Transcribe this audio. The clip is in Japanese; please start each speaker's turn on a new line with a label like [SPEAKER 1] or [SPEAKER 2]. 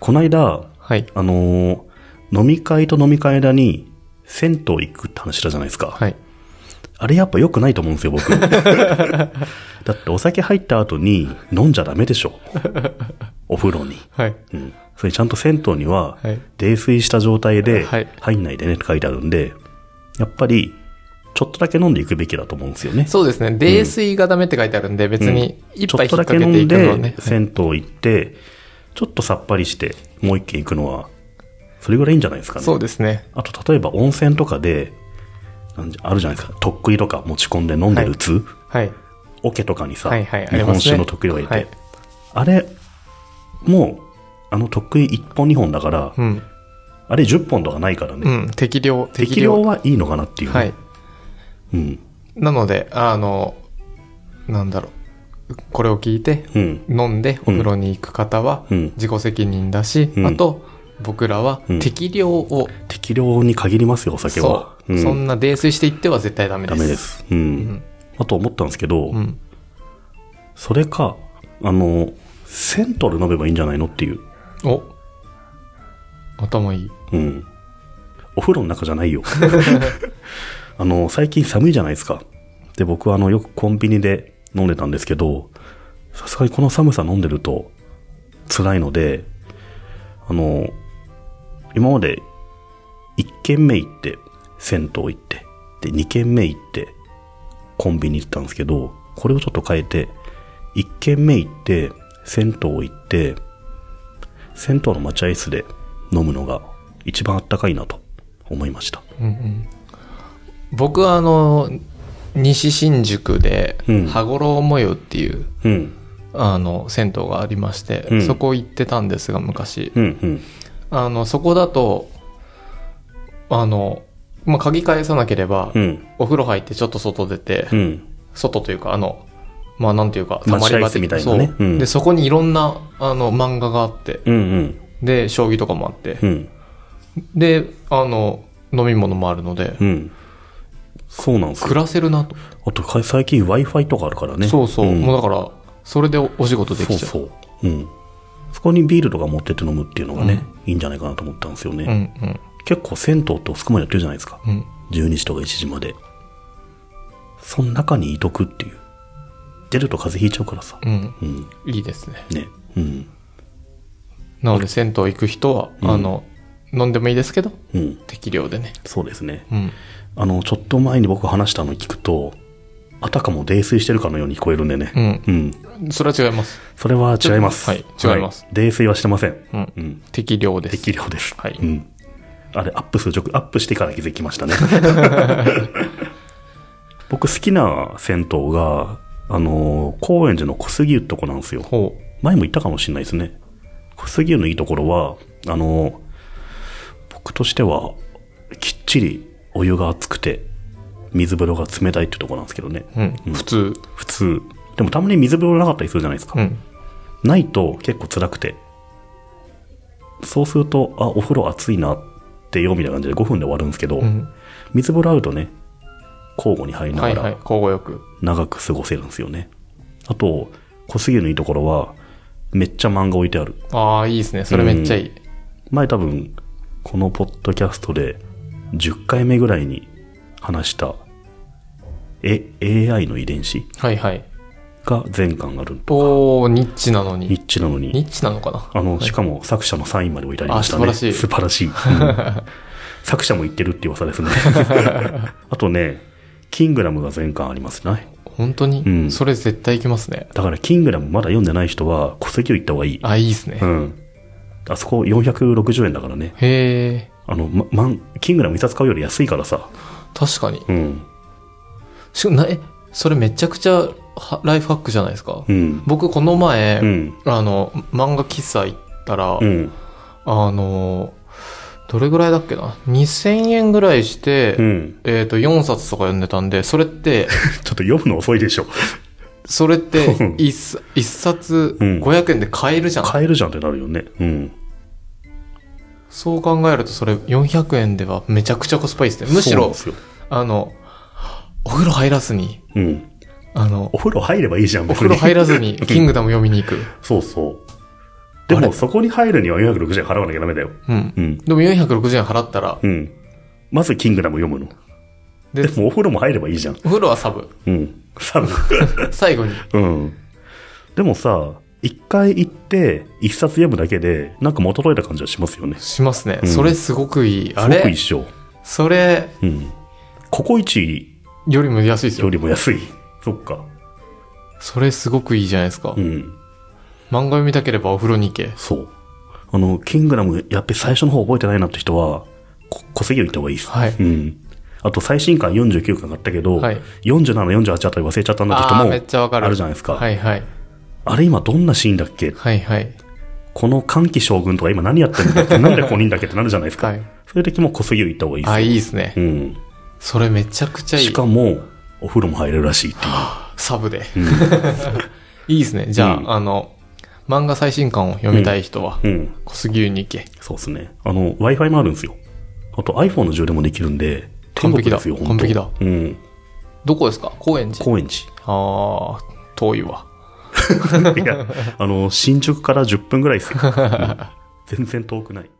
[SPEAKER 1] こないだ、
[SPEAKER 2] はい。
[SPEAKER 1] あのー飲み会と飲み会の間に、銭湯行くって話したじゃないですか。
[SPEAKER 2] はい。
[SPEAKER 1] あれやっぱ良くないと思うんですよ、 僕。だってお酒入った後に飲んじゃダメでしょ。お風呂に。
[SPEAKER 2] はい。
[SPEAKER 1] うん。それちゃんと銭湯には
[SPEAKER 2] はい、
[SPEAKER 1] 泥酔した状態で、
[SPEAKER 2] はい
[SPEAKER 1] 入んないでねって書いてあるんで、やっぱり、ちょっとだけ飲んでいくべきだと思うんですよね。
[SPEAKER 2] そうですね。泥酔がダメって書いてあるんで、別に一
[SPEAKER 1] ちょっ
[SPEAKER 2] 杯引っ
[SPEAKER 1] とだ
[SPEAKER 2] 掛
[SPEAKER 1] け
[SPEAKER 2] け
[SPEAKER 1] 飲
[SPEAKER 2] てい
[SPEAKER 1] ん
[SPEAKER 2] くのはね
[SPEAKER 1] で、。銭湯行って、ちょっとさっぱりして、もう一軒行くのは、それぐらいいいんじゃないですかね。
[SPEAKER 2] そうですね。
[SPEAKER 1] あと、例えば温泉とかで、なんじゃあるじゃないですか。とっくりとか持ち込んで飲んでるうつ、
[SPEAKER 2] はい。
[SPEAKER 1] オケとかにさ、
[SPEAKER 2] はいはいあ
[SPEAKER 1] 日
[SPEAKER 2] りますね
[SPEAKER 1] 本酒のとっくりがいて、
[SPEAKER 2] はい
[SPEAKER 1] あれ、もう、あのとっくり1本2本だから、
[SPEAKER 2] うん。
[SPEAKER 1] あれ10本とかないから
[SPEAKER 2] う
[SPEAKER 1] ね、
[SPEAKER 2] ん。適量。
[SPEAKER 1] 適量はいいのかなっていうね、
[SPEAKER 2] はい。
[SPEAKER 1] うん。
[SPEAKER 2] なので、あの、なんだろう。これを聞いて、
[SPEAKER 1] うん。
[SPEAKER 2] 飲んでお風呂に行く方は
[SPEAKER 1] うん
[SPEAKER 2] 自己責任だし、
[SPEAKER 1] うん
[SPEAKER 2] あと僕らは
[SPEAKER 1] うん
[SPEAKER 2] 適量を、
[SPEAKER 1] 適量に限りますよ、お酒
[SPEAKER 2] そ
[SPEAKER 1] は。
[SPEAKER 2] う、
[SPEAKER 1] ん
[SPEAKER 2] そんな泥酔していっては絶対ダメで
[SPEAKER 1] ダ
[SPEAKER 2] す
[SPEAKER 1] メです。うん。
[SPEAKER 2] ん
[SPEAKER 1] あと思ったんですけど、
[SPEAKER 2] うん、
[SPEAKER 1] それか、あの、銭湯で飲めばいいんじゃないのっていう。
[SPEAKER 2] お頭いい
[SPEAKER 1] うん。お風呂の中じゃないよ。あの、最近寒いじゃないですか。で、僕はあの、よくコンビニで飲んでたんですけど、さすがにこの寒さ飲んでると辛いので、あの、今まで1軒目行って、銭湯行って、で、2軒目行って、コンビニ行ったんですけど、これをちょっと変えて、1軒目行って、銭湯行って、銭湯の待合室で飲むのが一番あったかいなと思いました。
[SPEAKER 2] 僕はあの西新宿で
[SPEAKER 1] うん
[SPEAKER 2] 羽衣模様っていう、
[SPEAKER 1] うん。
[SPEAKER 2] あの銭湯がありまして、
[SPEAKER 1] うん
[SPEAKER 2] そこ行ってたんですが昔、
[SPEAKER 1] うん、うん。
[SPEAKER 2] あのそこだとあの、まあ、鍵返さなければ、
[SPEAKER 1] うん。
[SPEAKER 2] お風呂入ってちょっと外出て、
[SPEAKER 1] うん。
[SPEAKER 2] 外というか、あの、まあなんていうか、
[SPEAKER 1] まあ
[SPEAKER 2] り場
[SPEAKER 1] 試合室み
[SPEAKER 2] 的
[SPEAKER 1] たいなね
[SPEAKER 2] そう、
[SPEAKER 1] うん
[SPEAKER 2] で、そこにいろんな、あの、漫画があって、
[SPEAKER 1] うん、うん。
[SPEAKER 2] で、将棋とかもあって、
[SPEAKER 1] うん。
[SPEAKER 2] で、あの、飲み物もあるので、
[SPEAKER 1] うん。そうなんですよ
[SPEAKER 2] 暮らせるなと。
[SPEAKER 1] あと、か最近 Wi-Fi とかあるからね。
[SPEAKER 2] そうそう、
[SPEAKER 1] ん
[SPEAKER 2] もうだから、それでおお仕事で
[SPEAKER 1] そ
[SPEAKER 2] き
[SPEAKER 1] う
[SPEAKER 2] ちゃう。
[SPEAKER 1] そう。うん。そこにビールとか持ってって飲むっていうのがね、いいんじゃないかなと思ったんですよね。
[SPEAKER 2] うんうん
[SPEAKER 1] 結構銭湯ってそこまでやってるじゃないですか。
[SPEAKER 2] うん。
[SPEAKER 1] 12時とか1時まで。その中にいとくっていう。出ると風邪ひいちゃうからさ。
[SPEAKER 2] うん。
[SPEAKER 1] うん。
[SPEAKER 2] いいですね。
[SPEAKER 1] ね。うん。
[SPEAKER 2] なので、銭湯行く人は、あの、飲んでもいいですけど、
[SPEAKER 1] うん。
[SPEAKER 2] 適量でね。
[SPEAKER 1] そうですね。
[SPEAKER 2] うん。
[SPEAKER 1] あの、ちょっと前に僕話したの聞くと、あたかも泥酔してるかのように聞こえるんでね。
[SPEAKER 2] うん。
[SPEAKER 1] うん。
[SPEAKER 2] それは違います。
[SPEAKER 1] それは違います。
[SPEAKER 2] はい違います
[SPEAKER 1] 泥酔はしてません。
[SPEAKER 2] うん。
[SPEAKER 1] うん。
[SPEAKER 2] 適量です。
[SPEAKER 1] 適量です。
[SPEAKER 2] はい
[SPEAKER 1] うん。あれ、アップする直、アップしてから気づきました ね。僕好きな銭湯が、あの、高円寺の小杉湯ってとこなんですよ。
[SPEAKER 2] ほ
[SPEAKER 1] 前も言ったかもしれないですね。小杉湯のいいところは、あの、僕としては、きっちりお湯が熱くて、水風呂が冷たいってとこなんですけどね。
[SPEAKER 2] う。うん。普通。
[SPEAKER 1] 普通。でもたまに水風呂なかったりするじゃないですか。
[SPEAKER 2] うん。
[SPEAKER 1] ないと結構辛くて。そうすると、あ、お風呂熱いなってよ、みたいな感じで5分で終わるんですけど、
[SPEAKER 2] うん。
[SPEAKER 1] 水風呂合うとね、交互に入りな
[SPEAKER 2] は
[SPEAKER 1] が
[SPEAKER 2] い
[SPEAKER 1] ら
[SPEAKER 2] はい。交互よく。
[SPEAKER 1] 長く過ごせるんですよね。あと、小杉湯のいいところは、めっちゃ漫画置いてある。
[SPEAKER 2] ああ、いいですね。それめっちゃいい。
[SPEAKER 1] 前多分このポッドキャストで10回目ぐらいに話したえ AI の遺伝子
[SPEAKER 2] はいはい。
[SPEAKER 1] が全巻ある
[SPEAKER 2] おー、ニッチなの
[SPEAKER 1] ニ
[SPEAKER 2] に。
[SPEAKER 1] ッチなの
[SPEAKER 2] ニ
[SPEAKER 1] に
[SPEAKER 2] ッチなのかな
[SPEAKER 1] あのしかも作者のサインまで置いてありましたね
[SPEAKER 2] あ素晴らしい
[SPEAKER 1] 素晴らしい、う ん作者も言ってるって噂ですね あとねキングダムが全巻ありますね
[SPEAKER 2] 本当に、
[SPEAKER 1] うん
[SPEAKER 2] それ絶対行きますね。
[SPEAKER 1] だからキングダムまだ読んでない人は戸籍を行った方がいい
[SPEAKER 2] あ、いいですね。
[SPEAKER 1] うんあそこ460円だからね
[SPEAKER 2] へえ、
[SPEAKER 1] あの、ま、まんキングダム一冊買うより安いからさ
[SPEAKER 2] 確かに。
[SPEAKER 1] うん
[SPEAKER 2] しなえ、それめちゃくちゃはライフハックじゃないですか。
[SPEAKER 1] うん
[SPEAKER 2] 僕、この前、
[SPEAKER 1] うん
[SPEAKER 2] あの、漫画喫茶行ったら、
[SPEAKER 1] うん
[SPEAKER 2] あの、どれぐらいだっけな ?2000 円ぐらいして、
[SPEAKER 1] うん。
[SPEAKER 2] えっ、と、4冊とか読んでたんで、それって、
[SPEAKER 1] ちょっと読むの遅いでしょ。
[SPEAKER 2] それって
[SPEAKER 1] うん
[SPEAKER 2] 一冊、一冊
[SPEAKER 1] うん
[SPEAKER 2] 500円で買えるじゃん。
[SPEAKER 1] 買えるじゃんってなるよね。うん。
[SPEAKER 2] そう考えるとそれ400円ではめちゃくちゃコスパいいですね。むし
[SPEAKER 1] そう
[SPEAKER 2] ろ、
[SPEAKER 1] なんですよ。
[SPEAKER 2] あの、お風呂入らずに、
[SPEAKER 1] うん。
[SPEAKER 2] あの
[SPEAKER 1] お、風呂入ればいいじゃん、
[SPEAKER 2] お
[SPEAKER 1] 別
[SPEAKER 2] 風
[SPEAKER 1] に
[SPEAKER 2] 呂入らずにキングダム読みに行く。
[SPEAKER 1] そうそう。で
[SPEAKER 2] あ
[SPEAKER 1] も
[SPEAKER 2] れ
[SPEAKER 1] そこに入るには460円払わなきゃダメだよ。
[SPEAKER 2] うん。
[SPEAKER 1] うん。
[SPEAKER 2] でも460円払ったら、
[SPEAKER 1] うん。まずキングダム読むの。
[SPEAKER 2] で
[SPEAKER 1] でもお風呂も入ればいいじゃん。
[SPEAKER 2] お風呂はサブ。
[SPEAKER 1] うん。サ ブ。
[SPEAKER 2] 最後に。
[SPEAKER 1] うん。でもさ、一回行って、一冊読むだけで、なんか元取れた感じはしますよね。す
[SPEAKER 2] しますね。
[SPEAKER 1] うん
[SPEAKER 2] それすごくいい。あ
[SPEAKER 1] ごく
[SPEAKER 2] れ
[SPEAKER 1] 一緒。
[SPEAKER 2] それ
[SPEAKER 1] うん。ココイチ
[SPEAKER 2] よりも安いです
[SPEAKER 1] よ
[SPEAKER 2] よ。
[SPEAKER 1] りも安い。そっか。
[SPEAKER 2] それすごくいいじゃないですか。
[SPEAKER 1] うん。
[SPEAKER 2] 漫画読みたければお風呂に行け。
[SPEAKER 1] そう。あの、キングダム、やっぱり最初の方覚えてないなって人は、こ小杉を行った方がいいです。
[SPEAKER 2] はい
[SPEAKER 1] うん。あと、最新巻49巻があったけど、
[SPEAKER 2] はい
[SPEAKER 1] 47、48あたり忘れちゃったんだって人
[SPEAKER 2] ああー、
[SPEAKER 1] も、
[SPEAKER 2] めっちゃわかる。
[SPEAKER 1] あるじゃないですか
[SPEAKER 2] はいはい。
[SPEAKER 1] あれ今どんなシーンだっけ
[SPEAKER 2] はいはい。
[SPEAKER 1] この歓喜将軍とか今何やってるんだ って、なんで5人だっけってなるじゃないですか。
[SPEAKER 2] はい。
[SPEAKER 1] そういう時も小杉を行った方がいいです。
[SPEAKER 2] あ、いいですね。
[SPEAKER 1] うん。
[SPEAKER 2] それめちゃくちゃい
[SPEAKER 1] し
[SPEAKER 2] い。
[SPEAKER 1] かも、お風呂も入れるらしいっていう。
[SPEAKER 2] サブで。 いいですね。じゃあ、
[SPEAKER 1] うん
[SPEAKER 2] あの、漫画最新刊を読みたい人は、
[SPEAKER 1] うん。
[SPEAKER 2] 小杉湯に行け。
[SPEAKER 1] そうですね。あの、Wi-Fi もあるんですよ。あと iPhone の充電もできるんで、
[SPEAKER 2] 完璧
[SPEAKER 1] 天国で
[SPEAKER 2] だ
[SPEAKER 1] すよ、本当
[SPEAKER 2] 完璧だ。
[SPEAKER 1] うん。
[SPEAKER 2] どこですか高円寺。
[SPEAKER 1] 高円寺。
[SPEAKER 2] ああ、遠いわ。
[SPEAKER 1] いや、あの、新宿から10分ぐらいですよ。うん全然遠くない。